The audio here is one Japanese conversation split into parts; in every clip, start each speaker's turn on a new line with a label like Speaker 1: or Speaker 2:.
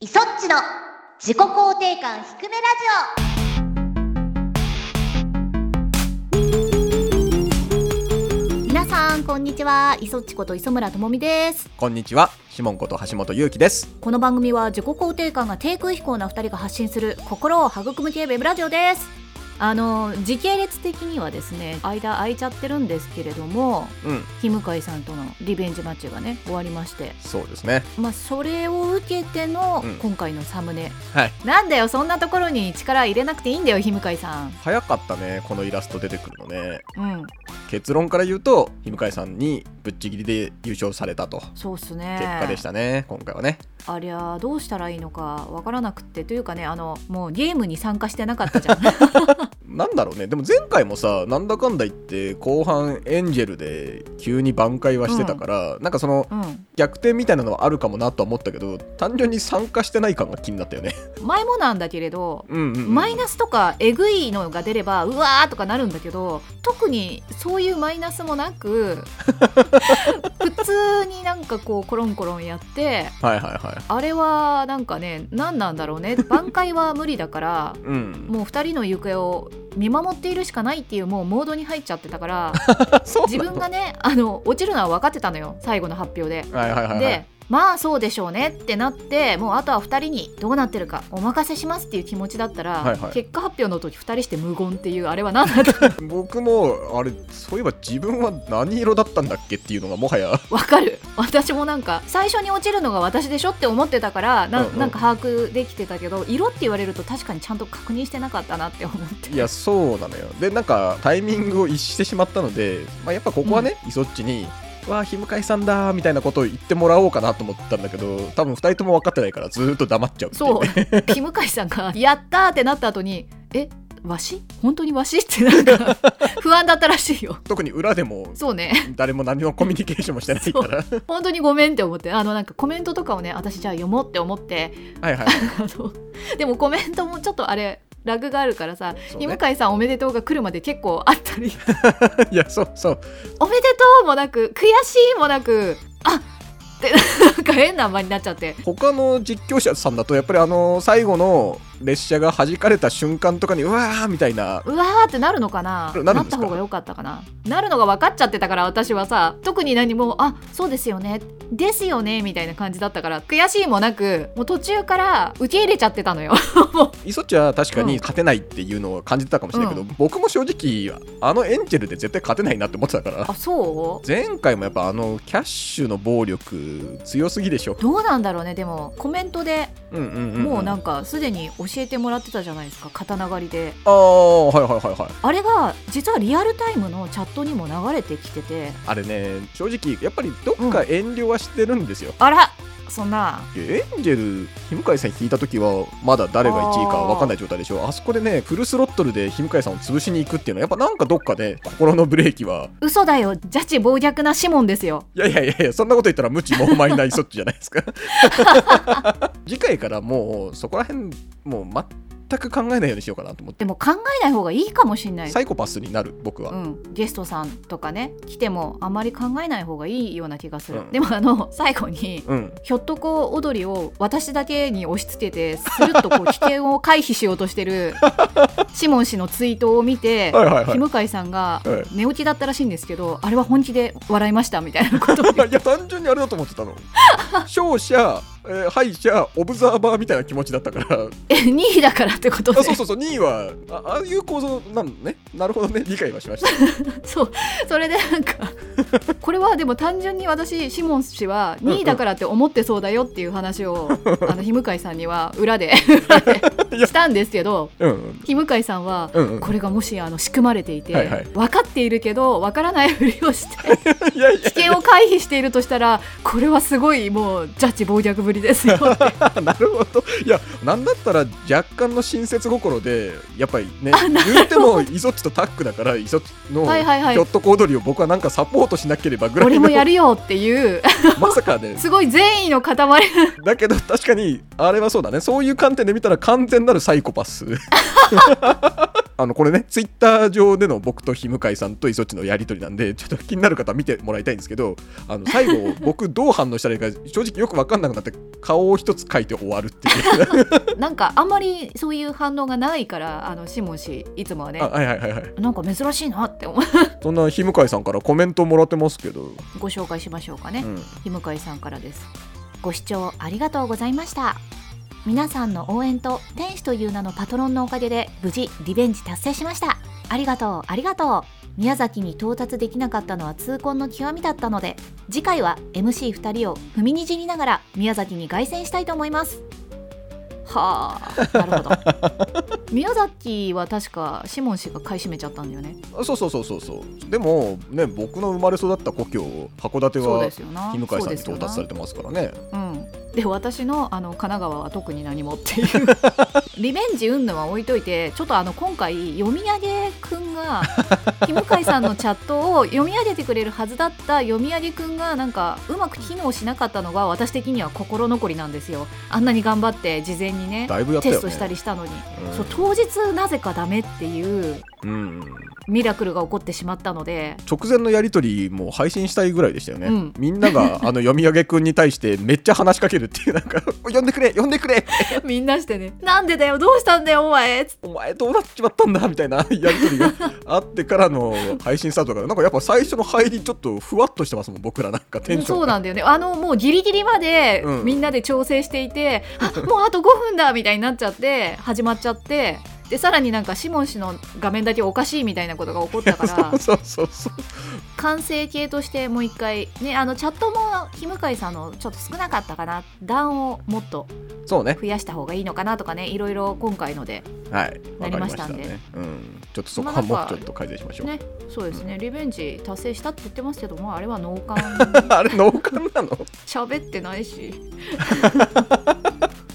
Speaker 1: イソッチの自己肯定感低めラジ
Speaker 2: 皆さんこんにちは磯っちこと磯村智美です
Speaker 3: こんにちは、シモンこと橋本裕樹です。
Speaker 2: この番組は自己肯定感が低空飛行な二人が発信する心を育む系ウェブラジオですあの時系列的にはですね間空いちゃってるんですけれども
Speaker 3: うん、
Speaker 2: 日向井さんとのリベンジマッチがね終わりまして
Speaker 3: そうですね。
Speaker 2: まあそれを受けての
Speaker 3: うん
Speaker 2: 今回のサムネ、
Speaker 3: はい
Speaker 2: なんだよそんなところに力入れなくていいんだよ日向井さん
Speaker 3: 早かったね、このイラスト出てくるのね。
Speaker 2: うん
Speaker 3: 結論から言うと、日向井さんにぶっちぎりで優勝されたと。
Speaker 2: そうっすね
Speaker 3: 結果でしたね、今回はね。
Speaker 2: ありゃどうしたらいいのかわからなくってというかねあのもうゲームに参加してなかっ たじゃん
Speaker 3: なんだろうね、でも前回もさ、なんだかんだ言って、後半エンジェルで急に挽回はしてたから、なんかその
Speaker 2: うん
Speaker 3: 逆転みたいなのはあるかもなとは思ったけど、単純に参加してない感が気になったよね。
Speaker 2: 前もなんだけれど
Speaker 3: うん うん、うん。
Speaker 2: マイナスとかえぐいのが出ればうわーとかなるんだけど特にそういうマイナスも なく普通になんかこうコロンコロンやって
Speaker 3: はいはいはい。
Speaker 2: あれはなんかね何なんだろうね挽回は無理だから
Speaker 3: うん、
Speaker 2: もう2人の行方を見守っているしかないっていうもうモードに入っちゃってたから
Speaker 3: そうな
Speaker 2: 自
Speaker 3: の
Speaker 2: 分がねあの落ちるのは分かってたのよ最後の発表で。
Speaker 3: はいはいはいはい、
Speaker 2: でまあそうでしょうねってなってもうあとは2人にどうなってるかお任せしますっていう気持ちだったら、
Speaker 3: はいはい
Speaker 2: 結果発表の時2人して無言っていうあれは何だった
Speaker 3: 僕もあれそういえば自分は何色だったんだっけっていうのがもはや
Speaker 2: わかる私もなんか最初に落ちるのが私でしょって思ってたからな,、
Speaker 3: うんうん
Speaker 2: なんか把握できてたけど色って言われると確かにちゃんと確認してなかったなって思って
Speaker 3: いやそうなのよでなんかタイミングを逸してしまったので、まあ、やっぱここはね、イソッチに「わあ日向井さんだ」みたいなことを言ってもらおうかなと思ったんだけど多分2人とも分かってないからずーっと黙っちゃうってい
Speaker 2: そう
Speaker 3: ね
Speaker 2: うキムカイさんが「やった!」ってなった後に「えわし本当にわし?」ってなんか 不安だったらしいよ
Speaker 3: 特に裏でも
Speaker 2: そうね
Speaker 3: 誰も何のコミュニケーションもしてないから
Speaker 2: 本当にごめんって思ってあのなんかコメントとかをね私じゃあ読もうって思って
Speaker 3: はいはい
Speaker 2: あのでもコメントもちょっとあれラグがあるからさ、
Speaker 3: そう
Speaker 2: 日
Speaker 3: ね
Speaker 2: 向井さんおめでとうが来るまで結構あったり
Speaker 3: いやそうそう
Speaker 2: おめでとうもなく悔しいもなくあってなんか変な間になっちゃって
Speaker 3: 他の実況者さんだとやっぱりあの最後の列車が弾かれた瞬間とかにうわーみたいな
Speaker 2: うわーってなるのかな
Speaker 3: なるん
Speaker 2: っ
Speaker 3: で
Speaker 2: た
Speaker 3: すか
Speaker 2: 方が良かったかななるのが分かっちゃってたから私はさ特に何もあそうですよねですよねみたいな感じだったから悔しいもなくもう途中から受け入れちゃってたのよ
Speaker 3: イソッチは確か
Speaker 2: うん
Speaker 3: に勝てないっていうのを感じてたかもしれないけど、
Speaker 2: う
Speaker 3: 僕も正直あのエンジェルで絶対勝てないなって思ってたから
Speaker 2: あそう
Speaker 3: 前回もやっぱあのキャッシュの暴力強すぎでしょ、
Speaker 2: どうなんだろうねでもコメントで
Speaker 3: うんうんうん
Speaker 2: もうなん
Speaker 3: か
Speaker 2: かすでに教えてもらってたじゃないですか刀狩りで
Speaker 3: ああはいはいはいはい
Speaker 2: あれが実はリアルタイムのチャットにも流れてきてて
Speaker 3: あれね正直やっぱりどっか遠慮はしてるんですよ、
Speaker 2: あらそんない
Speaker 3: やエンジェル日向井さん引いた時はまだ誰が1位か分かんない状態でしょあそこでねフルスロットルで日向井さんを潰しに行くっていうのはやっぱなんかどっかで心のブレーキは
Speaker 2: 嘘だよジャッジ暴虐なシモンですよ
Speaker 3: いやいやいやいや、そんなこと言ったら無知もうまいないそっちじゃないですか。 次回からもうそこら辺、もう全く考えないようにしようかなと思って。
Speaker 2: でも考えない方がいいかもしんない
Speaker 3: サイコパスになる僕
Speaker 2: う
Speaker 3: は、
Speaker 2: ん、ゲストさんとかね来てもあまり考えない方がいいような気がする、
Speaker 3: うん
Speaker 2: でもあの最後に
Speaker 3: うん
Speaker 2: ひょっとこ踊りを私だけに押し付けてするっとこう危険を回避しようとし てるシモン氏のツイートを見て
Speaker 3: はいはいは
Speaker 2: ひ
Speaker 3: い
Speaker 2: むかいさんが
Speaker 3: は
Speaker 2: 寝起きだったらしいんですけどあれは本気で笑いましたみたいなことを言って
Speaker 3: いや単純にあれだと思ってたの勝者、えー敗者オブザーバーみたいな気持ちだったから
Speaker 2: え2位だからってことで
Speaker 3: あそうそうそう2位はあああいう構造なのねなるほどね理解はしました
Speaker 2: そうそれでなんかこれはでも単純に私シモン氏は2位だからって思ってそうだよっていう 話をあのひむかいさんには裏で裏で
Speaker 3: いや
Speaker 2: したんですけど
Speaker 3: うんうん
Speaker 2: ひむかいさんは
Speaker 3: うんうん
Speaker 2: これがもしあの仕組まれていて、
Speaker 3: はいはい
Speaker 2: 分かっているけど分からないふりをして
Speaker 3: いやい
Speaker 2: 危険を回避しているとしたらこれはすごいもうジャッジ暴虐ぶりですよって
Speaker 3: や なるほどいやなんだったら若干の親切心でやっぱりね
Speaker 2: あなるほど
Speaker 3: 言うてもイソッチとタックだからイソッチの
Speaker 2: はいはいはい
Speaker 3: ひょっとこ踊りを僕はなんかサポートしなければぐら
Speaker 2: 俺
Speaker 3: い
Speaker 2: も
Speaker 3: の
Speaker 2: やるよっていう
Speaker 3: まさかね
Speaker 2: すごい善意の塊
Speaker 3: だけど確かにあれはそうだねそういう観点で見たら完全なるサイコパスあのこれねツイッター上での僕と日向井さんと磯っちのやり取りなんでちょっと気になる方は見てもらいたいんですけどあの最後僕どう反応したらいいか正直よく分かんなくなって顔を一つ描いて終わるって いう
Speaker 2: なんかあんまりそういう反応がないからあのシモン氏いつもはね
Speaker 3: あ はいはいはいはい
Speaker 2: なんか珍しいなって思う
Speaker 3: そんな日向井さんからコメントもらってますけど、
Speaker 2: ご紹介しましょうかね、
Speaker 3: うん
Speaker 2: ひむかいさんからですご視聴ありがとうございました皆さんの応援と天使という名のパトロンのおかげで無事リベンジ達成しましたありがとうありがとう宮崎に到達できなかったのは痛恨の極みだったので次回は MC2 人を踏みにじりながら宮崎に凱旋したいと思いますはあなるほど 宮崎は確かシモン氏が買い占めちゃったんだよね
Speaker 3: あそうそうそうそうそうでもね僕の生まれ育った故郷函館
Speaker 2: そう
Speaker 3: は
Speaker 2: ですよな
Speaker 3: 日向井
Speaker 2: そう
Speaker 3: さんに
Speaker 2: ですよ
Speaker 3: 到
Speaker 2: な
Speaker 3: 達されてますからね
Speaker 2: うん、で私のあの神奈川は特に何もっていう リベンジ云々は置いといてちょっとあの今回読み上げくんが日向井さんのチャットを読み上げてくれるはずだった読み上げくんがなんかうまく機能しなかったのが私的には心残りなんですよあんなに頑張って事前にね
Speaker 3: だいぶやったよ、
Speaker 2: テ
Speaker 3: ね、
Speaker 2: ストしたりしたのに、
Speaker 3: うん
Speaker 2: そう当日なぜかダメっていう
Speaker 3: うん、
Speaker 2: ミラクルが起こってしまった ので
Speaker 3: 直前のやり取りも配信したいぐらいでしたよね、
Speaker 2: うん
Speaker 3: みんなが あの読み上げくんに対してめっちゃ話しかけるっていうなん か「呼んでくれ呼んでくれ
Speaker 2: みんなしてね「なんでだよどうしたんだよお前」つって
Speaker 3: お前どうなっちまったんだ」みたいな やり取りがあってからの配信スタートだからなんかやっぱ最初の入りちょっとふわっとしてますもん僕らなんかテンション
Speaker 2: そうなんだよねあのもうギリギリまで
Speaker 3: うん
Speaker 2: みんなで調整していて、あもうあと5分だみたいになっちゃって始まっちゃってでさらになんかシモン氏の画面だけおかしいみたいなことが起こったから
Speaker 3: そうそうそう
Speaker 2: 完成形としてもう一回ねあのチャットも日向井さんのちょっと少なかったかな段をもっと
Speaker 3: そうね
Speaker 2: 増やした方がいいのかなとかねいろいろ今回ので
Speaker 3: はいわ
Speaker 2: なり
Speaker 3: かり
Speaker 2: ま
Speaker 3: ま
Speaker 2: し
Speaker 3: したた
Speaker 2: んで
Speaker 3: ね、うん、ちょっとそこはもうちょっと改善しましょう、
Speaker 2: ねそうですねリベンジ達成したって言ってますけどもあれは脳 幹
Speaker 3: あれ脳幹なの
Speaker 2: 喋ってな いし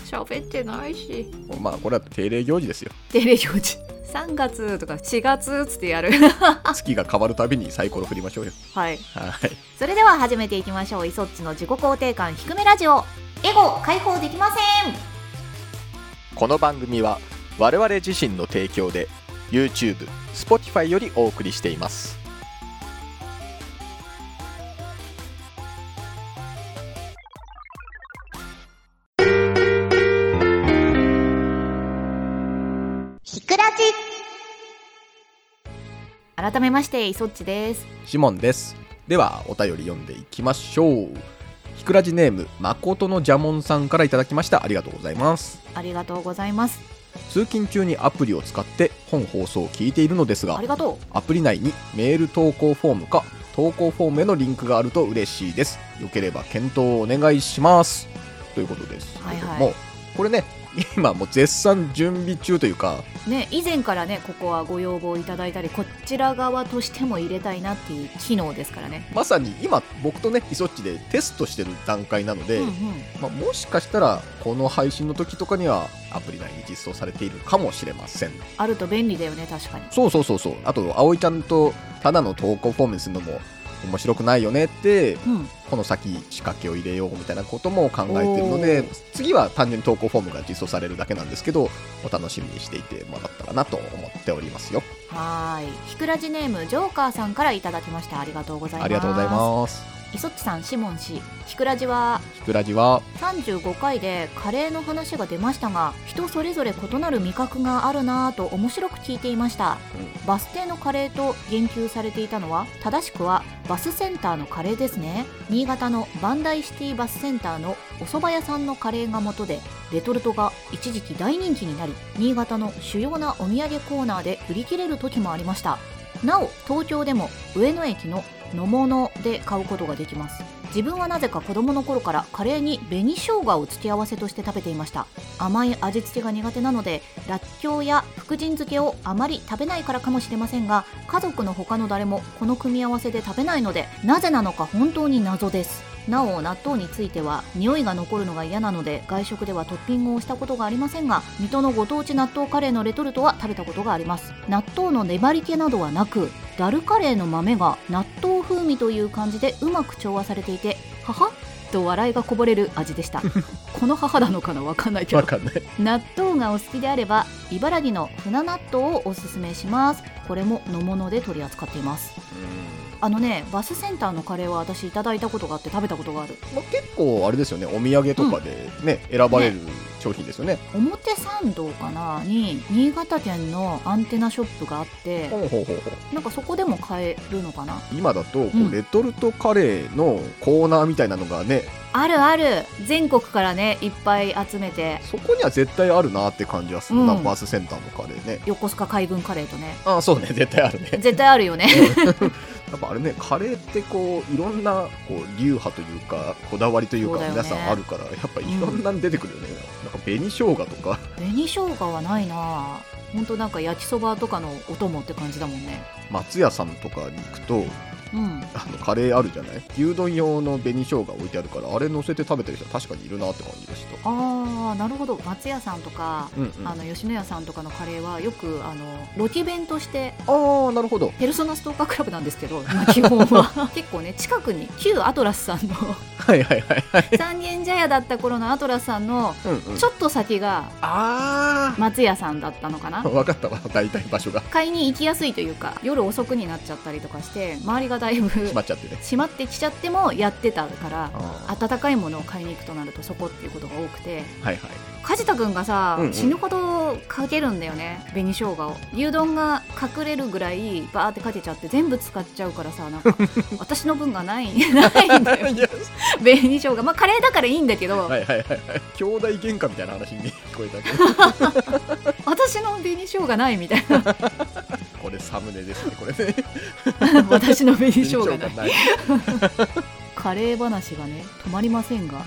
Speaker 2: 喋ってないし。
Speaker 3: まあこれは定例行事ですよ
Speaker 2: 定例行事3月とか4月つってやる
Speaker 3: 月が変わるたびにサイコロ振りましょうよ
Speaker 2: はい
Speaker 3: はい
Speaker 2: それでは始めていきましょうイソッチの自己肯定感低めラジオ
Speaker 1: エゴ解放できません
Speaker 4: この番組は我々自身の提供で YouTube、Spotify よりお送りしています
Speaker 1: ひくらじ
Speaker 2: 改めましてイソッチです
Speaker 3: シモンです。では、お便り読んでいきましょう。ひくらじネーム、まことのジャモンさんからいただきました。ありがとうございます。
Speaker 2: ありがとうございます
Speaker 3: 通勤中にアプリを使って本放送を聞いているのですが
Speaker 2: あり、がと
Speaker 3: アプリ内にメール投稿フォームか投稿フォームへのリンクがあると嬉しいです。よければ検討をお願いします。ということです。
Speaker 2: はいはい
Speaker 3: もうこれね、 今もう絶賛準備中というか、
Speaker 2: うね以前からねここはご要望いただいたりこちら側としても入れたいなっていう機能ですからね
Speaker 3: まさに今僕とね、イソッチでテストしてる段階なので、
Speaker 2: うんうん
Speaker 3: まあ、もしかしたらこの配信の時とかにはアプリ内に実装されているかもしれません
Speaker 2: あると便利だよね確かに
Speaker 3: そうそうそうそうあと葵ちゃんとただの投稿フォームにするのも面白くないよねって
Speaker 2: うん
Speaker 3: この先仕掛けを入れようみたいなことも考えてるの
Speaker 2: お
Speaker 3: で
Speaker 2: ー
Speaker 3: 次は単純に投稿フォームが実装されるだけなんですけどお楽しみにしていてもらったらなと思っておりますよ
Speaker 2: はーいひくらじネームジョーカーさんからいただきましたありがとうございます
Speaker 3: ありがとうございます
Speaker 2: すイソッチさんシモン氏ひくらじは
Speaker 3: ひくらじは
Speaker 2: 35回でカレーの話が出ましたが人それぞれ異なる味覚があるなぁと面白く聞いていました、
Speaker 3: う
Speaker 2: バス停のカレーと言及されていたのは正しくはバスセンターのカレーですね新潟のバンダイシティバスセンターのお蕎麦屋さんのカレーが元でレトルトが一時期大人気になり新潟の主要なお土産コーナーで売り切れる時もありましたなお東京でも上野駅の野物で買うことができます自分はなぜか子供の頃からカレーに紅生姜を付け合わせとして食べていました甘い味付けが苦手なのでらっきょうや福神漬けをあまり食べないからかもしれませんが家族の他の誰もこの組み合わせで食べないのでなぜなのか本当に謎ですなお納豆については匂いが残るのが嫌なので外食ではトッピングをしたことがありませんが水戸のご当地納豆カレーのレトルトは食べたことがあります納豆の粘り気などはなくダルカレーの豆が納豆風味という感じでうまく調和されていてははと笑いがこぼれる味でしたこの母なのかなわかんないけど
Speaker 3: わかんない。
Speaker 2: 納豆がお好きであれば茨城の船納豆をおすすめしますこれも野物で取り扱っていますあのねバスセンターのカレーは私いただいたことがあって食べたことがある
Speaker 3: まあ、結構あれですよね、お土産とかでね、選ばれる商品ですよね。
Speaker 2: 表参道かなに新潟県のアンテナショップがあって
Speaker 3: ほうほうほうほう
Speaker 2: なんかそこでも買えるのかな
Speaker 3: 今だとこ
Speaker 2: うん
Speaker 3: うレトルトカレーのコーナーみたいなのがね、
Speaker 2: あるある全国からねいっぱい集めて
Speaker 3: そこには絶対あるなって感じはするな、
Speaker 2: うん
Speaker 3: バスセンターのカレーね
Speaker 2: 横須賀海軍カレーと ね
Speaker 3: ああそうね絶対あるね
Speaker 2: 絶対あるよね
Speaker 3: やっぱあれねカレーってこういろんなこう流派というかこだわりという
Speaker 2: そう
Speaker 3: か
Speaker 2: だよね
Speaker 3: 皆さんあるからやっぱいろんなの出てくるよね、なんか紅生姜とか
Speaker 2: 紅生姜はないなほんとなんか焼きそばとかのお供って感じだもんね
Speaker 3: 松屋さんとかに行くと
Speaker 2: うん
Speaker 3: あのカレーあるじゃない牛丼用の紅生姜置いてあるからあれ乗せて食べてる人は確かにいるなって感じでした
Speaker 2: ああなるほど松屋さんとか、
Speaker 3: うんうん、
Speaker 2: あの吉野家さんとかのカレーはよくあのロケ弁として
Speaker 3: あーなるほど
Speaker 2: ペルソナストーカークラブなんですけど まあ基本 は結構ね近くに旧アトラスさんの
Speaker 3: はいはいはいはい、
Speaker 2: 三軒茶屋だった頃のアトラスさんの
Speaker 3: うんうん、
Speaker 2: ちょっと先が
Speaker 3: あ
Speaker 2: 松屋さんだったのかな
Speaker 3: あ分かったわ大体場所が
Speaker 2: 買いに行きやすいというか夜遅くになっちゃったりとかして周りがだいぶ
Speaker 3: 閉まっちゃってね
Speaker 2: 閉まってきちゃってもやってたから
Speaker 3: あー
Speaker 2: 温かいものを買いに行くとなるとそこっていうことが多くて
Speaker 3: はいはい
Speaker 2: 梶田君がさ、
Speaker 3: うんうん
Speaker 2: 死ぬほどかけるんだよね紅生姜を牛丼が隠れるぐらいバーってかけちゃって全部使っちゃうからさなん か私の分がないないんだよ
Speaker 3: いや
Speaker 2: 紅生姜まあカレーだからいいんだけど、
Speaker 3: はいはいはいはい兄弟喧嘩みたいな話に聞こえたけど
Speaker 2: 私の紅生姜ないみたいな
Speaker 3: これサムネですねこれね
Speaker 2: 私の紅生姜ない
Speaker 3: ない
Speaker 2: カレー話がね止まりませんが
Speaker 3: はい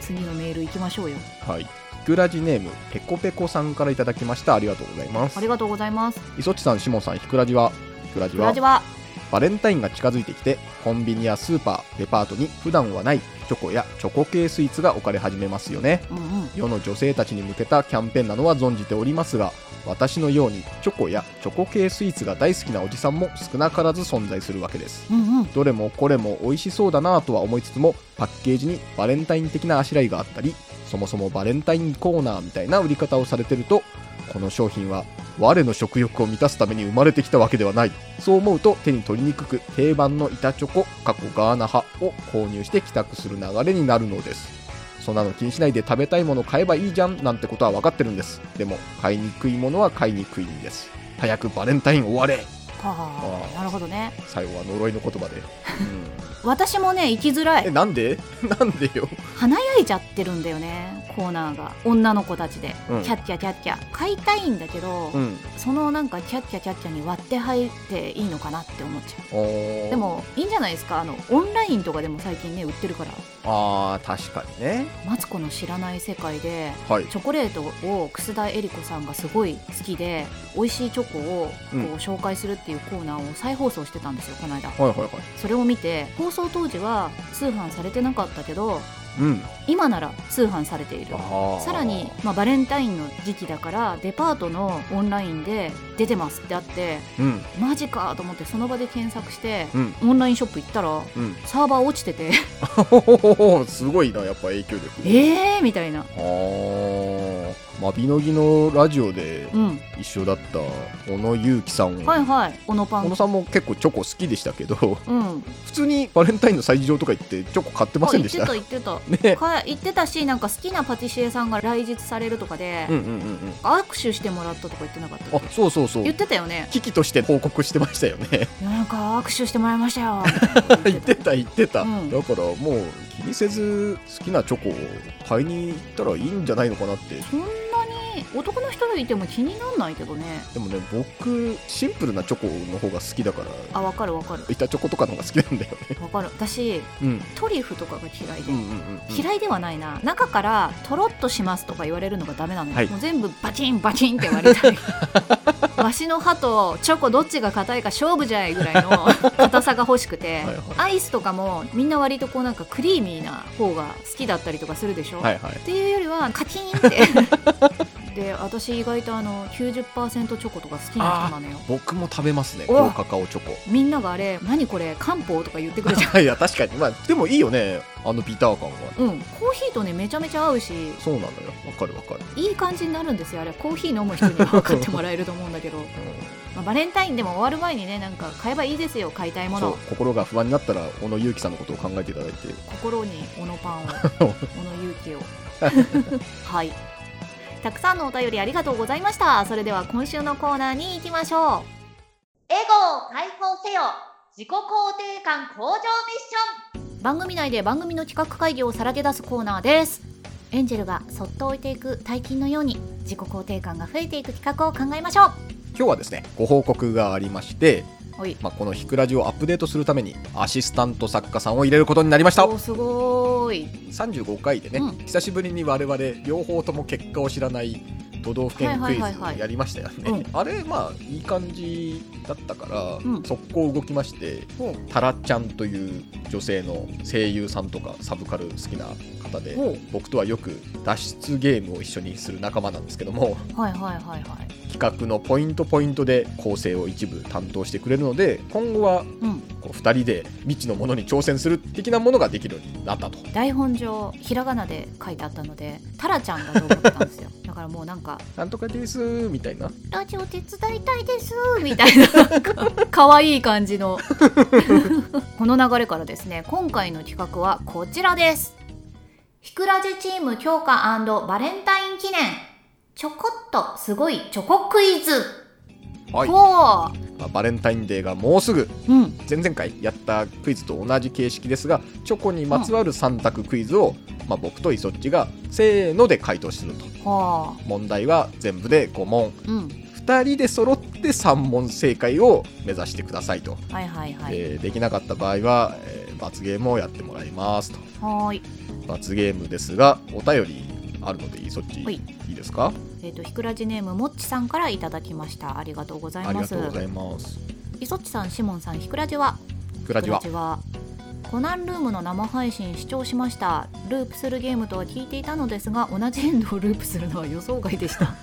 Speaker 2: 次のメール行きましょうよ
Speaker 3: はいグラジネームペコペコさんからいただきましたありがとうございます
Speaker 2: ありがとうございます
Speaker 3: 磯地さんしもさんひくらじはひくらじ
Speaker 2: ブラ
Speaker 3: は
Speaker 2: ジは
Speaker 3: バレンタインが近づいてきてコンビニやスーパーデパートに普段はないチョコやチョコ系スイーツが置かれ始めますよね
Speaker 2: うんうん
Speaker 3: 世の女性たちに向けたキャンペーンなのは存じておりますが私のようにチョコやチョコ系スイーツが大好きなおじさんも少なからず存在するわけです
Speaker 2: うんうん
Speaker 3: どれもこれも美味しそうだなとは思いつつもパッケージにバレンタイン的なあしらいがあったりそもそもバレンタインコーナーみたいな売り方をされてるとこの商品は我の食欲を満たすために生まれてきたわけではないそう思うと手に取りにくく定番の板チョコ過去ガーナ派を購入して帰宅する流れになるのですそんなの気にしないで食べたいもの買えばいいじゃんなんてことは分かってるんですでも買いにくいものは買いにくいんです早くバレンタイン終われ
Speaker 2: はあ
Speaker 3: あー
Speaker 2: なるほどね
Speaker 3: 最後は呪いの言葉で、うん
Speaker 2: 私もね行きづらい
Speaker 3: えなんで なんでよ
Speaker 2: 華やいちゃってるんだよねコーナーが女の子たちで、
Speaker 3: うん
Speaker 2: キャッキャキャッキャ買いたいんだけど、
Speaker 3: ん
Speaker 2: そのなんかキャッキャキャッキャに割って入っていいのかなって思っちゃう
Speaker 3: で
Speaker 2: でもいいんじゃないですかあのオンラインとかでも最近ね売ってるから
Speaker 3: あー確かにね
Speaker 2: マツコの知らない世界で
Speaker 3: はい
Speaker 2: チョコレートを楠田絵理子さんがすごい好きで美味しいチョコをこう
Speaker 3: うん
Speaker 2: 紹介するっていうコーナーを再放送してたんですよこの間
Speaker 3: はいはいはい
Speaker 2: それを見て放送当時は通販されてなかったけど
Speaker 3: うん
Speaker 2: 今なら通販されている
Speaker 3: あー
Speaker 2: さらに、まあ、バレンタインの時期だからデパートのオンラインで出てますってあって
Speaker 3: うん
Speaker 2: マジかと思ってその場で検索して
Speaker 3: うん
Speaker 2: オンラインショップ行ったら
Speaker 3: うん
Speaker 2: サーバー落ちてて
Speaker 3: ほほほほすごいなやっぱ影響力
Speaker 2: えーみたいな
Speaker 3: あーまびのぎのラジオで
Speaker 2: うん
Speaker 3: 一緒だった小野裕樹さん、
Speaker 2: はいはい小野パ
Speaker 3: 小野
Speaker 2: ン
Speaker 3: さんも結構チョコ好きでしたけど
Speaker 2: うん
Speaker 3: 普通にバレンタインの催事場とか行ってチョコ買ってま
Speaker 2: あ
Speaker 3: せんで
Speaker 2: 言っ
Speaker 3: してた
Speaker 2: た言ってた
Speaker 3: ね
Speaker 2: か言ってたしなんか好きなパティシエさんが来日されるとかで、
Speaker 3: うんうんうんうん
Speaker 2: 握手してもらったとか言ってなかった
Speaker 3: あそうそうそう
Speaker 2: 言ってたよね
Speaker 3: 危機として報告してましたよね
Speaker 2: いやなんか握手してもらいましたよ
Speaker 3: 言ってた言ってた、
Speaker 2: うん
Speaker 3: だからもう気にせず好きなチョコを買いに行ったらいいんじゃないのかなって
Speaker 2: そんなに男の人がいても気になんないけどね
Speaker 3: でもね僕シンプルなチョコの方が好きだから
Speaker 2: あわかるわかる
Speaker 3: 板チョコとかの方が好きなんだよね、
Speaker 2: わかる私
Speaker 3: うん、
Speaker 2: トリュフとかが嫌いで、
Speaker 3: うんうんうんうん
Speaker 2: 嫌いではないな中からとろっとしますとか言われるのがダメなのよ、
Speaker 3: はい
Speaker 2: もう全部バチンバチンって割 りたいわしの歯とチョコどっちが硬いか勝負じゃいぐらい の硬さが欲しくて
Speaker 3: いはい
Speaker 2: アイスとかもみんな割とこうなんかクリーミーな方が好きだったりとかするでしょ、
Speaker 3: はいはい
Speaker 2: っていうよりはカキーンってで私意外とあの90%チョコとか好きな人なのよ
Speaker 3: 僕も食べますね
Speaker 2: う
Speaker 3: 高
Speaker 2: わ
Speaker 3: カカオチョコ
Speaker 2: みんながあれ何これ漢方とか言ってくるじゃん
Speaker 3: いや確かにまあでもいいよねあのビター感は
Speaker 2: うんコーヒーとねめちゃめちゃ合うし
Speaker 3: そうなのよわかるわかる、
Speaker 2: いい感じになるんですよあれコーヒー飲む人には分かってもらえると思う んだけど、まあ、バレンタインでも終わる前にねなんか買えばいいですよ買いたい
Speaker 3: うん
Speaker 2: も
Speaker 3: そう
Speaker 2: の
Speaker 3: 心が不安になったら小野裕貴さんのことを考えていただいて
Speaker 2: 心に小野パンを 小野勇気をはいたくさんのお便りありがとうございましたそれでは今週のコーナーに行きましょう
Speaker 1: エゴを解放せよ自己肯定感向上ミッシ
Speaker 2: 番組内で番組の企画会議をさらけ出すコーナーですエンジェルがそっと置いていく大金のように自己肯定感が増えていく企画を考えましょう
Speaker 3: 今日はですねご報告がありまして、
Speaker 2: はい
Speaker 3: まあ、この「ひくラジ」をアップデートするためにアシスタント作家さんを入れることになりました
Speaker 2: おーすごーい
Speaker 3: 35回でね、
Speaker 2: うん
Speaker 3: 久しぶりに我々両方とも結果を知らない都道府県クイズ
Speaker 2: はいはいはいはい
Speaker 3: やりましたよね、
Speaker 2: うん
Speaker 3: あれまあいい感じだったから、
Speaker 2: うん
Speaker 3: 速攻動きましてタラちゃんという女性の声優さんとかサブカル好きな方で
Speaker 2: お
Speaker 3: 僕とはよく脱出ゲームを一緒にする仲間なんですけども
Speaker 2: はいはいはいはい
Speaker 3: 企画のポイントポイントで構成を一部担当してくれるので今後は
Speaker 2: うん
Speaker 3: こう2人で未知のものに挑戦する的なものができるようになったと。
Speaker 2: 台本上ひらがなで書いてあったのでタラちゃんだと思ったんです よだからもうなんか
Speaker 3: なんとかですみたいな
Speaker 2: 「ラジオ手伝いたいです」みたいななん か可愛い感じの この流れからですね今回の企画はこちらです「ひくらじチーム強化バレンタイン記念ちょこっとすごいチョコクイズ」
Speaker 3: はい
Speaker 2: ほ
Speaker 3: まあバレンタインデーがもうすぐ
Speaker 2: ううん
Speaker 3: 前々回やったクイズと同じ形式ですがチョコにまつわる3択クイズを、まあ、僕とイソッチがせーので回答すると
Speaker 2: ほ
Speaker 3: 問題は全部で5問
Speaker 2: ううん
Speaker 3: 2人で揃って3問正解を目指してくださいと、
Speaker 2: はいはいはい
Speaker 3: でできなかった場合は、えー罰ゲームをやってもらいますと
Speaker 2: はーい
Speaker 3: 罰ゲームですがお便りあるのでイソッチ
Speaker 2: はい
Speaker 3: いいですか
Speaker 2: えっ、とひくらじネームもっちさんからいただきましたありがとうござい
Speaker 3: あり
Speaker 2: ま
Speaker 3: が
Speaker 2: す
Speaker 3: とうございます
Speaker 2: いそっちさん、しもんさん、ひくらじは。
Speaker 3: クラジは
Speaker 2: ひくらコナンルームの生配信視聴しました。ループするゲームとは聞いていたのですが、同じエンドをループするのは予想外 でした。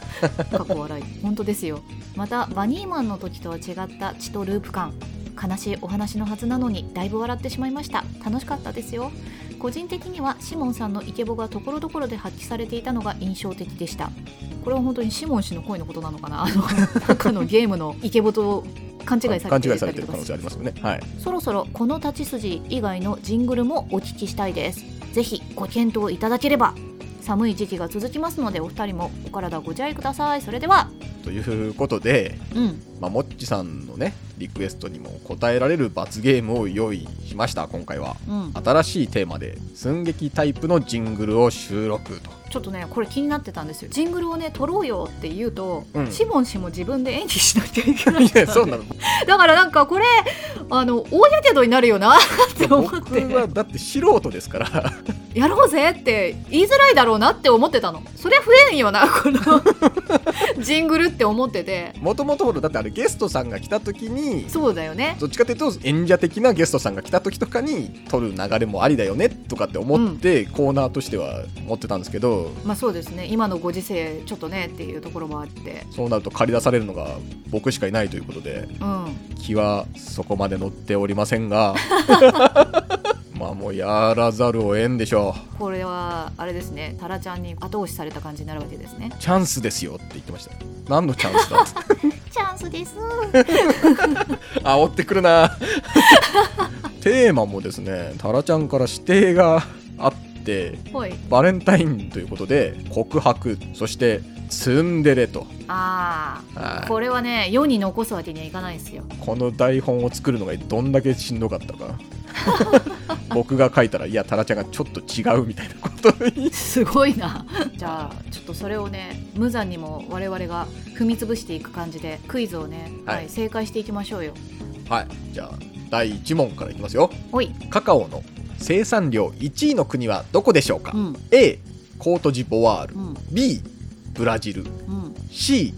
Speaker 2: 過去笑い。本当ですよ。また、バニーマンの時とは違った血とループ感。悲しいお話のはずなのにだいぶ笑ってしまいました楽しかったですよ個人的にはシモンさんのイケボがところどころで発揮されていたのが印象的でしたこれは本当にシモン氏の声のことなのかなあの中のゲームのイケボと勘違いされ
Speaker 3: 勘
Speaker 2: て
Speaker 3: 違
Speaker 2: い
Speaker 3: いさ
Speaker 2: た
Speaker 3: れ
Speaker 2: り
Speaker 3: てる
Speaker 2: とか
Speaker 3: 可能性ありますよねはい
Speaker 2: そろそろこの立ち筋以外のジングルもお聞きしたいですぜひご検討いただければ寒い時期が続きますのでお二人もお体ご自愛くださいそれでは
Speaker 3: ということで
Speaker 2: うん
Speaker 3: まあ、もっちさんのねリクエストにも答えられる罰ゲームを用意しました今回は
Speaker 2: うん
Speaker 3: 新しいテーマで寸劇タイプのジングルを収録 と
Speaker 2: ちょっとねこれ気になってたんですよジングルをね撮ろうよって言うと、
Speaker 3: うん
Speaker 2: シモン氏も自分で演技しなきゃいけない
Speaker 3: い
Speaker 2: から
Speaker 3: やそう なの
Speaker 2: だからなんかこれあの大やけどになるよなって思っ
Speaker 3: 僕
Speaker 2: て
Speaker 3: はだって素人ですから
Speaker 2: やろうぜって言いづらいだろうなって思ってたのそれ増えんよなこのジングルって思ってて
Speaker 3: もともとほらだってあれゲストさんが来た時に
Speaker 2: そうだよね
Speaker 3: どっちかというと演者的なゲストさんが来た時とかに撮る流れもありだよねとかって思って、コーナーとしては持ってたんですけど
Speaker 2: まあそうですね今のご時世ちょっとねっていうところもあって
Speaker 3: そうなると借り出されるのが僕しかいないということで
Speaker 2: うん
Speaker 3: 気はそこまで乗っておりませんがまあもうやらざるを得んでしょ
Speaker 2: これはあれですねタラちゃんに後押しされた感じになるわけですね
Speaker 3: うチャンスですよって言ってました何のチャンスだっつって
Speaker 2: チャンスです
Speaker 3: 煽ってくるな テーマもですねタラちゃんから指定があって
Speaker 2: ほい
Speaker 3: バレンタインということで告白そしてツンデレと、
Speaker 2: あ
Speaker 3: は
Speaker 2: あ
Speaker 3: い
Speaker 2: これはね世に残すわけにはいかないですよ
Speaker 3: この台本を作るのがどんだけしんどかった か僕が書いたらいやタラちゃんがちょっと違うみたいなことを言い
Speaker 2: すごいな じゃあちょっとそれをね無残にも我々が踏み潰していく感じでクイズをね、
Speaker 3: は
Speaker 2: はいい正解していきましょうよ
Speaker 3: はいじゃあ第1問からいきますよ
Speaker 2: おい、
Speaker 3: カカオの生産量1位の国はどこでしょうか、
Speaker 2: うん
Speaker 3: A コートジボワール
Speaker 2: うん
Speaker 3: B ブラジル
Speaker 2: うん
Speaker 3: C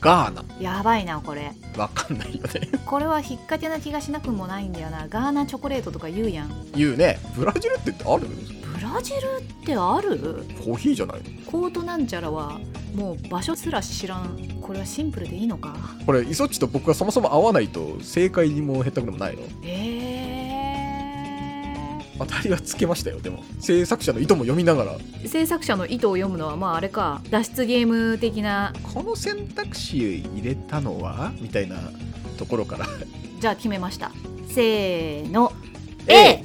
Speaker 3: ガーナ
Speaker 2: やばいなこれ
Speaker 3: わかんないよね
Speaker 2: これは引っ掛けな気がしなくもないんだよなガーナチョコレートとか言うやん
Speaker 3: 言うねブラジルってある
Speaker 2: ブラジルってある
Speaker 3: コーヒーじゃない
Speaker 2: コートなんちゃらはもう場所すら知らんこれはシンプルでいいのか
Speaker 3: これイソッチと僕がそもそも合わないと正解にも減ったくでもないの
Speaker 2: ええ
Speaker 3: 当たりはつけましたよでも制作者の意図も読みながら
Speaker 2: ー、制作者の意図を読むのはまああれか脱出ゲーム的な
Speaker 3: この選択肢入れたのはみたいなところから
Speaker 2: じゃあ決めましたせーの
Speaker 3: A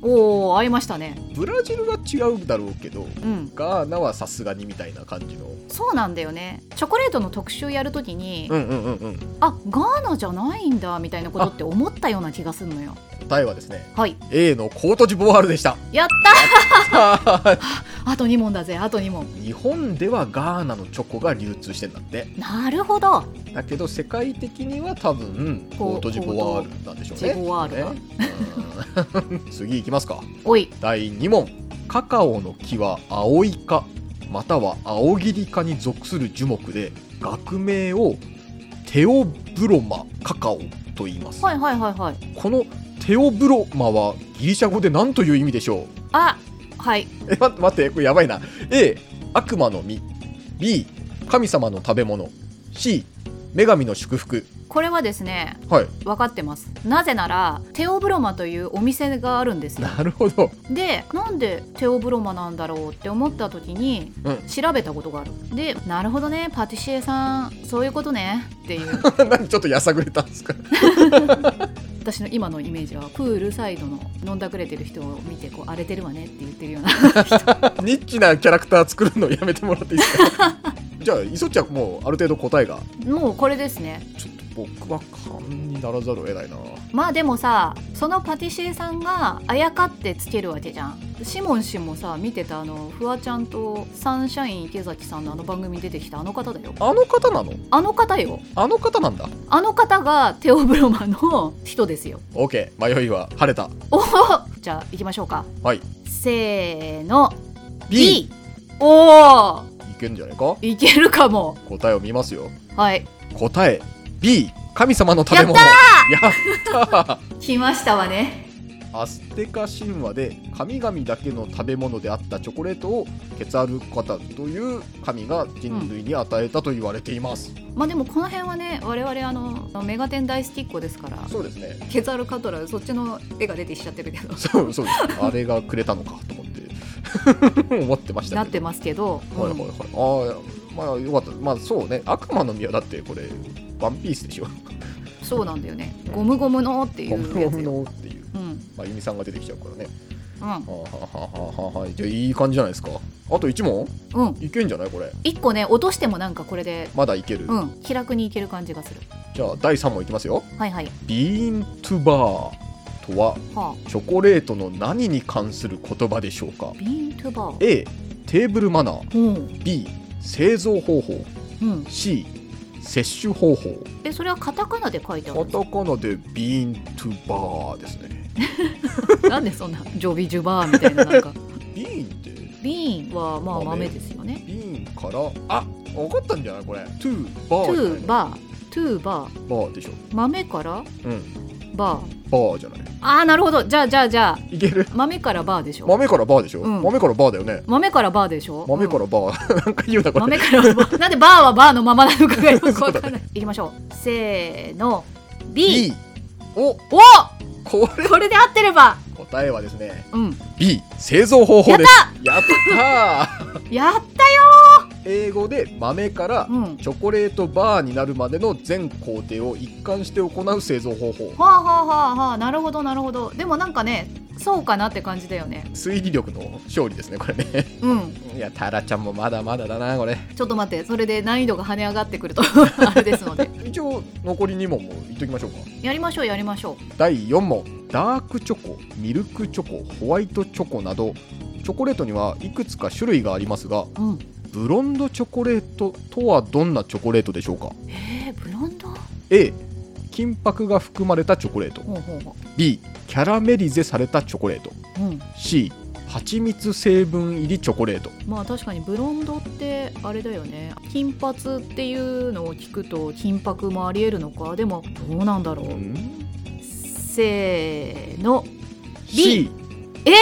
Speaker 2: おお合いましたね
Speaker 3: ブラジルは違うだろうけど
Speaker 2: うん
Speaker 3: ガーナはさすがにみたいな感じの
Speaker 2: そうなんだよねチョコレートの特集やるときに、
Speaker 3: うんうんうんうん
Speaker 2: あガーナじゃないんだみたいなことって思ったような気がするのよ
Speaker 3: 答えはですね
Speaker 2: はい
Speaker 3: A のコートジボワールでした
Speaker 2: やったあと2問だぜあと2問
Speaker 3: 日本ではガーナのチョコが流通してんだって
Speaker 2: なるほど
Speaker 3: だけど世界的には多分
Speaker 2: こう
Speaker 3: コートジボワールなんでしょうね
Speaker 2: コートジボワールだ
Speaker 3: ねうん 次行きますか
Speaker 2: おい
Speaker 3: 第2問カカオの木は青イカまたは青切り科に属する樹木で学名をテオブロマカカオと言います、
Speaker 2: はいはいはいはい
Speaker 3: このテオブロマはギリシャ語で何という意味でしょう
Speaker 2: あはい
Speaker 3: え待って待ってこれやばいな A 悪魔の実 B 神様の食べ物 C 女神の祝福
Speaker 2: これはですね
Speaker 3: はい
Speaker 2: 分かってますなぜならテオブロマというお店があるんです よ
Speaker 3: なるほど
Speaker 2: でなんでテオブロマなんだろうって思った時に
Speaker 3: うん
Speaker 2: 調べたことがある、でなるほどねパティシエさんそういうことねっていう
Speaker 3: 何ちょっとやさぐれたんですか
Speaker 2: 私の今のイメージはプールサイドの飲んだくれてる人を見てこう荒れてるわねって言ってるような
Speaker 3: ニッチなキャラクター作るのやめてもらっていいですか じゃあ磯ちゃんもうある程度答えが
Speaker 2: もうこれですね
Speaker 3: ちょっと僕は勘にならざるを得ないな
Speaker 2: まあでもさそのパティシエさんがあやかってつけるわけじゃんシモン氏もさ見てたあのフワちゃんとサンシャイン池崎さんのあの番組に出てきたあの方だよ
Speaker 3: あの方なの
Speaker 2: あの方よ
Speaker 3: あの方なんだ
Speaker 2: あの方がテオブロマの人ですよ
Speaker 3: OK 迷いは晴れた
Speaker 2: おおじゃあ行きましょうか
Speaker 3: はい
Speaker 2: せーの
Speaker 3: B い
Speaker 2: B おお
Speaker 3: けんじゃないか
Speaker 2: いけるかも
Speaker 3: 答えを見ますよ
Speaker 2: はい
Speaker 3: 答え B 神様の食べ物
Speaker 2: や
Speaker 3: やったー
Speaker 2: 来ましたわね
Speaker 3: アステカ神話で神々だけの食べ物であったチョコレートをケツアルカタという神が人類に与えたと言われています、
Speaker 2: まあでもこの辺はね我々あのメガテン大好きっ子ですから
Speaker 3: そうですね
Speaker 2: ケザルカトラそっちの絵が出てきちゃってるけど
Speaker 3: そうそうですあれがくれたのかと思って思って ましたけど
Speaker 2: なってますけど、
Speaker 3: はいはいはいああまあよかったまあそうね悪魔の実はだってこれワンピースでしょ
Speaker 2: うんそうなんだよねゴムゴムのってい
Speaker 3: ゴム
Speaker 2: うや
Speaker 3: ゴ
Speaker 2: つ
Speaker 3: ム
Speaker 2: よ
Speaker 3: のっていう
Speaker 2: うんうん
Speaker 3: まあ、ゆみさんが出てきちゃうからね。はあ、はあはあはあはあ、じゃあいい感じじゃないですか。あと1問
Speaker 2: うん
Speaker 3: いけんじゃないこれ。
Speaker 2: 一個ね落としてもなんかこれで
Speaker 3: まだいける。
Speaker 2: うん気楽にいける感じがする
Speaker 3: じゃあ第3問いきますよ。
Speaker 2: はいはい
Speaker 3: ビーントゥバーとは
Speaker 2: は
Speaker 3: チョコレートの何に関する言葉でしょうか
Speaker 2: あビーントゥバー
Speaker 3: A テーブルマナー
Speaker 2: うん、
Speaker 3: B 製造方法
Speaker 2: うん、
Speaker 3: C 摂取方法
Speaker 2: えそれはカタカナで書いてあ
Speaker 3: カ
Speaker 2: る
Speaker 3: タカナでビーントゥバーですね
Speaker 2: なんでそんなジョビジュバーみたいななんか
Speaker 3: ビーンって
Speaker 2: ビーンはまあ
Speaker 3: 豆
Speaker 2: 豆ですよね
Speaker 3: ビーンからあ分かったんじゃないこれトゥー
Speaker 2: ト
Speaker 3: バーじゃない
Speaker 2: ゥーバートゥーバー
Speaker 3: バーでしょ
Speaker 2: 豆から
Speaker 3: うん
Speaker 2: バー
Speaker 3: バーじゃない
Speaker 2: あーなるほどじゃあじゃあじゃあ
Speaker 3: いける
Speaker 2: 豆からバーでしょ
Speaker 3: 豆からバーでしょ、
Speaker 2: うん
Speaker 3: 豆からバーだよね
Speaker 2: 豆からバーでしょ
Speaker 3: 豆からバー、 なんか言うなこれ
Speaker 2: 豆からバ ーなんでバーはバーのままなのかがよくわかん ないいきましょうせーの B,
Speaker 3: B お
Speaker 2: お
Speaker 3: これ
Speaker 2: これで合ってれば
Speaker 3: 答えはですね
Speaker 2: うん
Speaker 3: B 製造方法ですやったー
Speaker 2: やっ
Speaker 3: 英語で豆から
Speaker 2: うん
Speaker 3: チョコレートバーになるまでの全工程を一貫して行う製造方法
Speaker 2: はあはあはあはあなるほどなるほどでもなんかねそうかなって感じだよね
Speaker 3: 推理力の勝利ですねこれね
Speaker 2: うん
Speaker 3: いやタラちゃんもまだまだだなこれ
Speaker 2: ちょっと待ってそれで難易度が跳ね上がってくると あれですので
Speaker 3: 一応残り2問も言っときましょうか
Speaker 2: やりましょうやりましょ
Speaker 3: 第4問ダークチョコミルクチョコホワイトチョコなどチョコレートにはいくつか種類がありますが
Speaker 2: う、うん、
Speaker 3: ブロンドチョコレートとはどんなチョコレートでしょうか
Speaker 2: えー、ブロンド
Speaker 3: A 金箔が含まれたチョコレート
Speaker 2: ほうほうほ
Speaker 3: B キャラメリゼされたチョコレート
Speaker 2: う、うん、
Speaker 3: C 蜂蜜成分入りチョコレート
Speaker 2: まあ確かにブロンドってあれだよね金髪っていうのを聞くと金箔もありえるのかでもどうなんだろう、せーの
Speaker 3: C
Speaker 2: え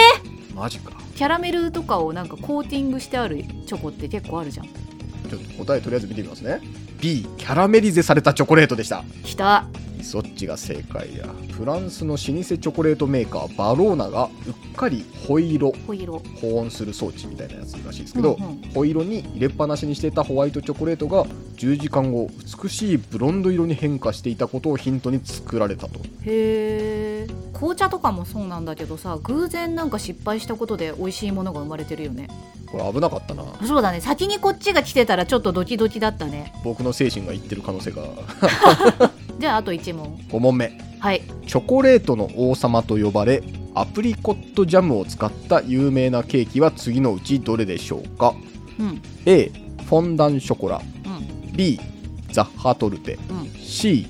Speaker 3: マジか
Speaker 2: キャラメルとかをなんかコーティングしてあるチョコって結構あるじゃん
Speaker 3: ちょっと答えとりあえず見てみますね B キャラメリゼされたチョコレートでした
Speaker 2: きた
Speaker 3: イソッチが正解だフランスの老舗チョコレートメーカーバローナがうっかりホイロ
Speaker 2: ホイロ
Speaker 3: 保温する装置みたいなやつらしいですけど、
Speaker 2: うんうん
Speaker 3: ホイロに入れっぱなしにしていたホワイトチョコレートが10時間後美しいブロンド色に変化していたことをヒントに作られたと
Speaker 2: へえ紅茶とかもそうなんだけどさ偶然なんか失敗したことで美味しいものが生まれてるよね
Speaker 3: これ危なかったな
Speaker 2: そうだね先にこっちが来てたらちょっとドキドキだったね
Speaker 3: 僕の精神がいってる可能性が
Speaker 2: じゃああと1問
Speaker 3: 5問目
Speaker 2: はい
Speaker 3: チョコレートの王様と呼ばれアプリコットジャムを使った有名なケーキは次のうちどれでしょうか
Speaker 2: うん
Speaker 3: A フォンダンショコラ
Speaker 2: うん
Speaker 3: B ザッハトルテ、
Speaker 2: うん
Speaker 3: C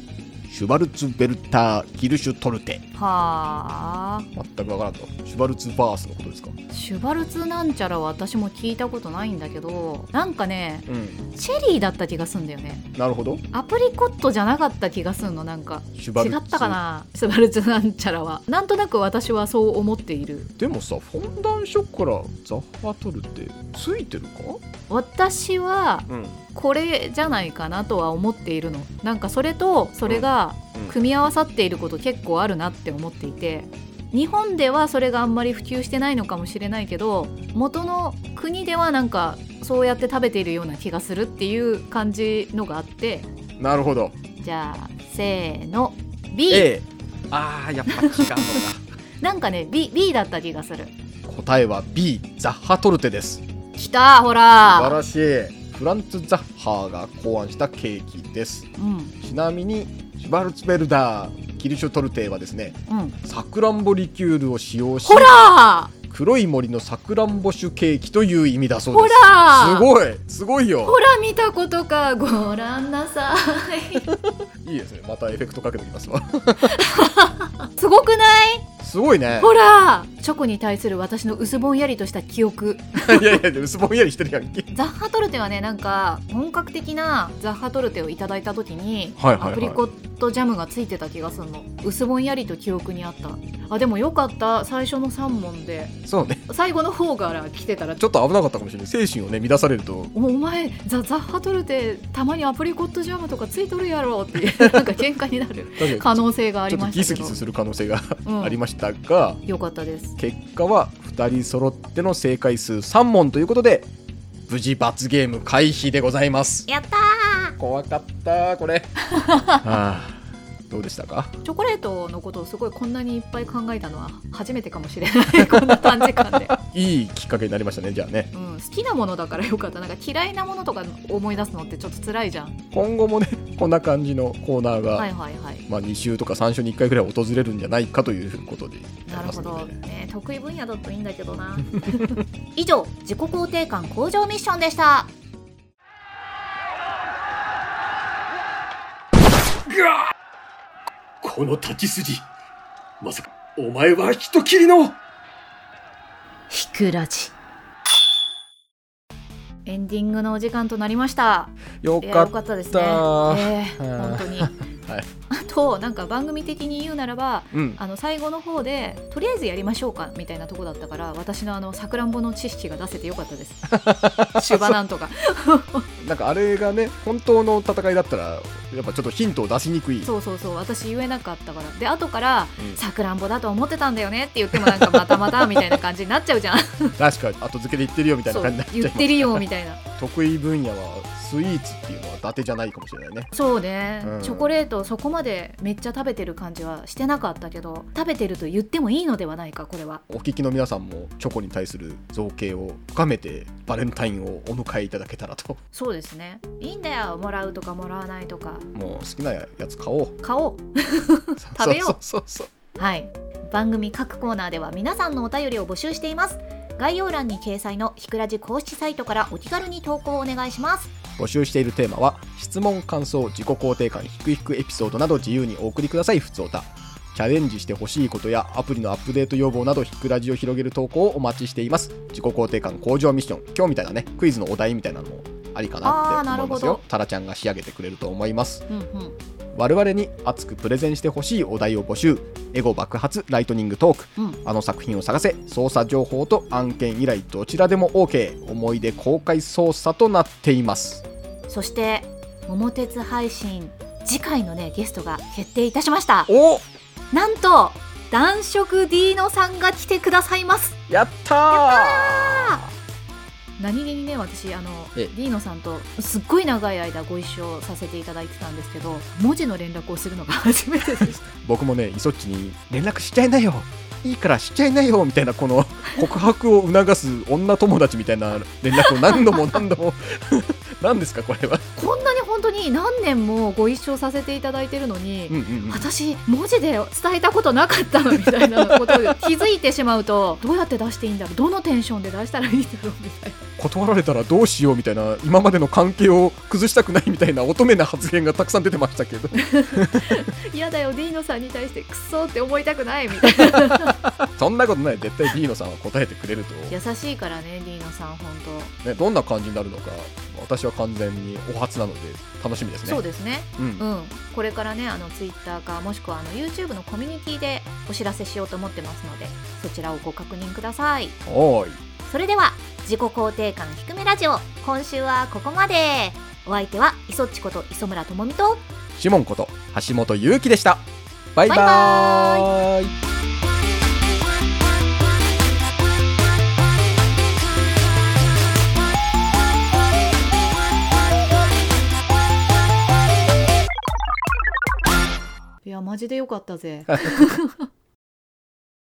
Speaker 3: シュバルツベルターギルシュトルテ
Speaker 2: はあ
Speaker 3: 全く分からんとシュバルツバースのことですか
Speaker 2: シュバルツなんちゃらは私も聞いたことないんだけどなんかね
Speaker 3: うん
Speaker 2: チェリーだった気がすんだよね
Speaker 3: なるほど
Speaker 2: アプリコットじゃなかった気がすんのなんか
Speaker 3: シュバ
Speaker 2: 違
Speaker 3: ルツ
Speaker 2: ったかなスバルツなんちゃらはなんとなく私はそう思っている
Speaker 3: でもさフォンダンショコラザッハトルテついてるか
Speaker 2: 私は
Speaker 3: うん
Speaker 2: これじゃないかなとは思っているのなんかそれとそれが
Speaker 3: うん
Speaker 2: 組み合わさっていること結構あるなって思っていて日本ではそれがあんまり普及してないのかもしれないけど元の国ではなんかそうやって食べているような気がするっていう感じのがあって
Speaker 3: なるほど
Speaker 2: じゃあせーの B、
Speaker 3: A あーやっぱ違うのか
Speaker 2: なんかね B, B だった気がする
Speaker 3: 答えは B ザッハトルテです
Speaker 2: きたほ
Speaker 3: 素晴
Speaker 2: ら
Speaker 3: らしいフランツ・ザッハーが考案したケーキです
Speaker 2: うん
Speaker 3: ちなみにシュバルツベルダーギルシュトルテはですね
Speaker 2: うん
Speaker 3: さくらんぼリキュールを使用し
Speaker 2: ほら
Speaker 3: 黒い森のさくらんぼ酒ケーキという意味だそう
Speaker 2: ほ
Speaker 3: ですす
Speaker 2: ら
Speaker 3: ごいすごいよ
Speaker 2: ほら見たことかご覧なさい
Speaker 3: いいですねまたエフェクトかけてきますわ
Speaker 2: すごくない
Speaker 3: すごいね
Speaker 2: ほらチョコに対する私の薄ぼんやりとした記憶
Speaker 3: いやいや薄ぼんやりしてるやんけ
Speaker 2: ザッハトルテはねなんか本格的なザッハトルテをいただいた時に、
Speaker 3: はいはいはい
Speaker 2: アプリコットジャムがついてた気がするの薄ぼんやりと記憶にあったあでもよかった最初の3問で
Speaker 3: そうね
Speaker 2: 最後の方から来てたら
Speaker 3: ちょっと危なかったかもしれない精神をね乱されると
Speaker 2: おお前ザ・ザッハトルテたまにアプリコットジャムとかついとるやろっていうなんか喧嘩になる
Speaker 3: 確か
Speaker 2: 可
Speaker 3: に
Speaker 2: 能性があ
Speaker 3: ち
Speaker 2: り
Speaker 3: ょっと
Speaker 2: ま
Speaker 3: ギ
Speaker 2: し
Speaker 3: ス
Speaker 2: たけ
Speaker 3: ギス
Speaker 2: ど
Speaker 3: する可能性が
Speaker 2: うん
Speaker 3: ありましたが、
Speaker 2: よかったです
Speaker 3: 結果は2人揃っての正解数3問ということで無事罰ゲーム回避でございます
Speaker 2: やった
Speaker 3: 怖かったこれは あどうでしたか
Speaker 2: ーチョコレートのことをすごいこんなにいっぱい考えたのは初めてかもしれない こんな短時間で、
Speaker 3: いいきっかけになりましたねじゃあね
Speaker 2: うん、好きなものだからよかったなんか嫌いなものとか思い出すのってちょっと辛いじゃん
Speaker 3: 今後もねこんな感じのコーナーが、
Speaker 2: はいはいはい
Speaker 3: まあ、2週とか3週に1回ぐらい訪れるんじゃないかということで
Speaker 2: なるほ
Speaker 3: あ
Speaker 2: ど、
Speaker 3: りますので
Speaker 2: ね、得意分野だといいんだけどな 以上自己肯定感向上ミッションでした
Speaker 5: この立ち筋まさかお前は人斬りの
Speaker 2: ひくらじエンディングのお時間となりました
Speaker 3: よ
Speaker 2: いや
Speaker 3: か
Speaker 2: よか
Speaker 3: っ
Speaker 2: ったです
Speaker 3: た
Speaker 2: ね、ええ
Speaker 3: はい
Speaker 2: 本当 に、あとなんか番組的に言うならば
Speaker 3: うん
Speaker 2: あの最後の方でとりあえずやりましょうかみたいなとこだったから私のあのさくらんぼの知識が出せてよかったです シュバなんとか
Speaker 3: なんかあれがね本当の戦いだったらやっぱちょっとヒントを出しにくい
Speaker 2: そうそうそう私言えなかったからで後から
Speaker 3: うん
Speaker 2: さくらんぼだと思ってたんだよねって言ってもなんかまたまたみたいな感じになっちゃうじゃん
Speaker 3: 確かに後付けで言ってるよみたいな
Speaker 2: そう
Speaker 3: 感じになっちゃい
Speaker 2: 言
Speaker 3: ま
Speaker 2: っ
Speaker 3: す
Speaker 2: てるよみたいな
Speaker 3: 得意分野はスイーツっていうのは伊達じゃないかもしれないね
Speaker 2: そうね、
Speaker 3: うん
Speaker 2: チョコレートそこまでめっちゃ食べてる感じはしてなかったけど食べてると言ってもいいのではないかこれは
Speaker 3: お聞きの皆さんもチョコに対する造形を深めてバレンタインをお迎えいただけたらと
Speaker 2: そうですねいいんだよもらうとかもらわないとか
Speaker 3: もう好きなやつ買おう
Speaker 2: 買おう
Speaker 3: 食
Speaker 2: べよう
Speaker 3: そうそうそう
Speaker 2: はい番組各コーナーでは皆さんのお便りを募集しています概要欄に掲載のひくらじ公式サイトからお気軽に投稿をお願いします
Speaker 3: 募集しているテーマは質問感想自己肯定感ひくひくエピソードなど自由にお送りくださいふつおたチャレンジしてほしいことやアプリのアップデート要望などひくラジを広げる投稿をお待ちしています自己肯定感向上ミッション今日みたいなねクイズのお題みたいなのもありかなって思います
Speaker 2: あーなるほど
Speaker 3: よタラちゃんが仕上げてくれると思います
Speaker 2: うんうん
Speaker 3: 我々に熱くプレゼンしてほしいお題を募集エゴ爆発ライトニングトーク
Speaker 2: うん
Speaker 3: あの作品を探せ捜査情報と案件依頼どちらでも OK 思い出公開捜査となっています
Speaker 2: そして桃鉄配信次回のねゲストが決定いたしました
Speaker 3: お
Speaker 2: なんと男色 D のさんが来てくださいます
Speaker 3: やったー
Speaker 2: 何気にね私あのデ
Speaker 3: え
Speaker 2: ィーノさんとすっごい長い間ご一緒させていただいてたんですけど文字の連絡をするのが初めてで した
Speaker 3: 僕もね、イソッチに連絡しちゃいなよいいからしちゃいなよみたいな この告白を促す女友達みたいな連絡を何度も何度も 何ですかこれは
Speaker 2: こんなに本当に何年もご一緒させていただいてるのに、
Speaker 3: うんうん
Speaker 2: 私文字で伝えたことなかったのみたいなことを気づいてしまうと どうやって出していいんだろうどのテンションで出したらいいんだろうみたいな
Speaker 3: 断られたらどうしようみたいな今までの関係を崩したくないみたいな乙女な発言がたくさん出てましたけ ど
Speaker 2: 嫌だよディーノさんに対してクソって思いたくないみ たいな
Speaker 3: そんなことない絶対ディーノさんは答えてくれると
Speaker 2: 優しいからねディーノさん本当、
Speaker 3: ね、どんな感じになるのか私は完全にお初なので楽しみですね
Speaker 2: そうですね
Speaker 3: うん
Speaker 2: うん、これからねあのツイッターかもしくはあの YouTube のコミュニティでお知らせしようと思ってますのでそちらをご確認ください
Speaker 3: おーい
Speaker 2: それでは自己肯定感低めラジオ今週はここまでお相手は磯っちこと磯村智美と
Speaker 3: シモンこと橋本祐希でしたバイバ
Speaker 2: バ
Speaker 3: ー
Speaker 2: イ
Speaker 3: イ
Speaker 2: いやマジでよかったぜ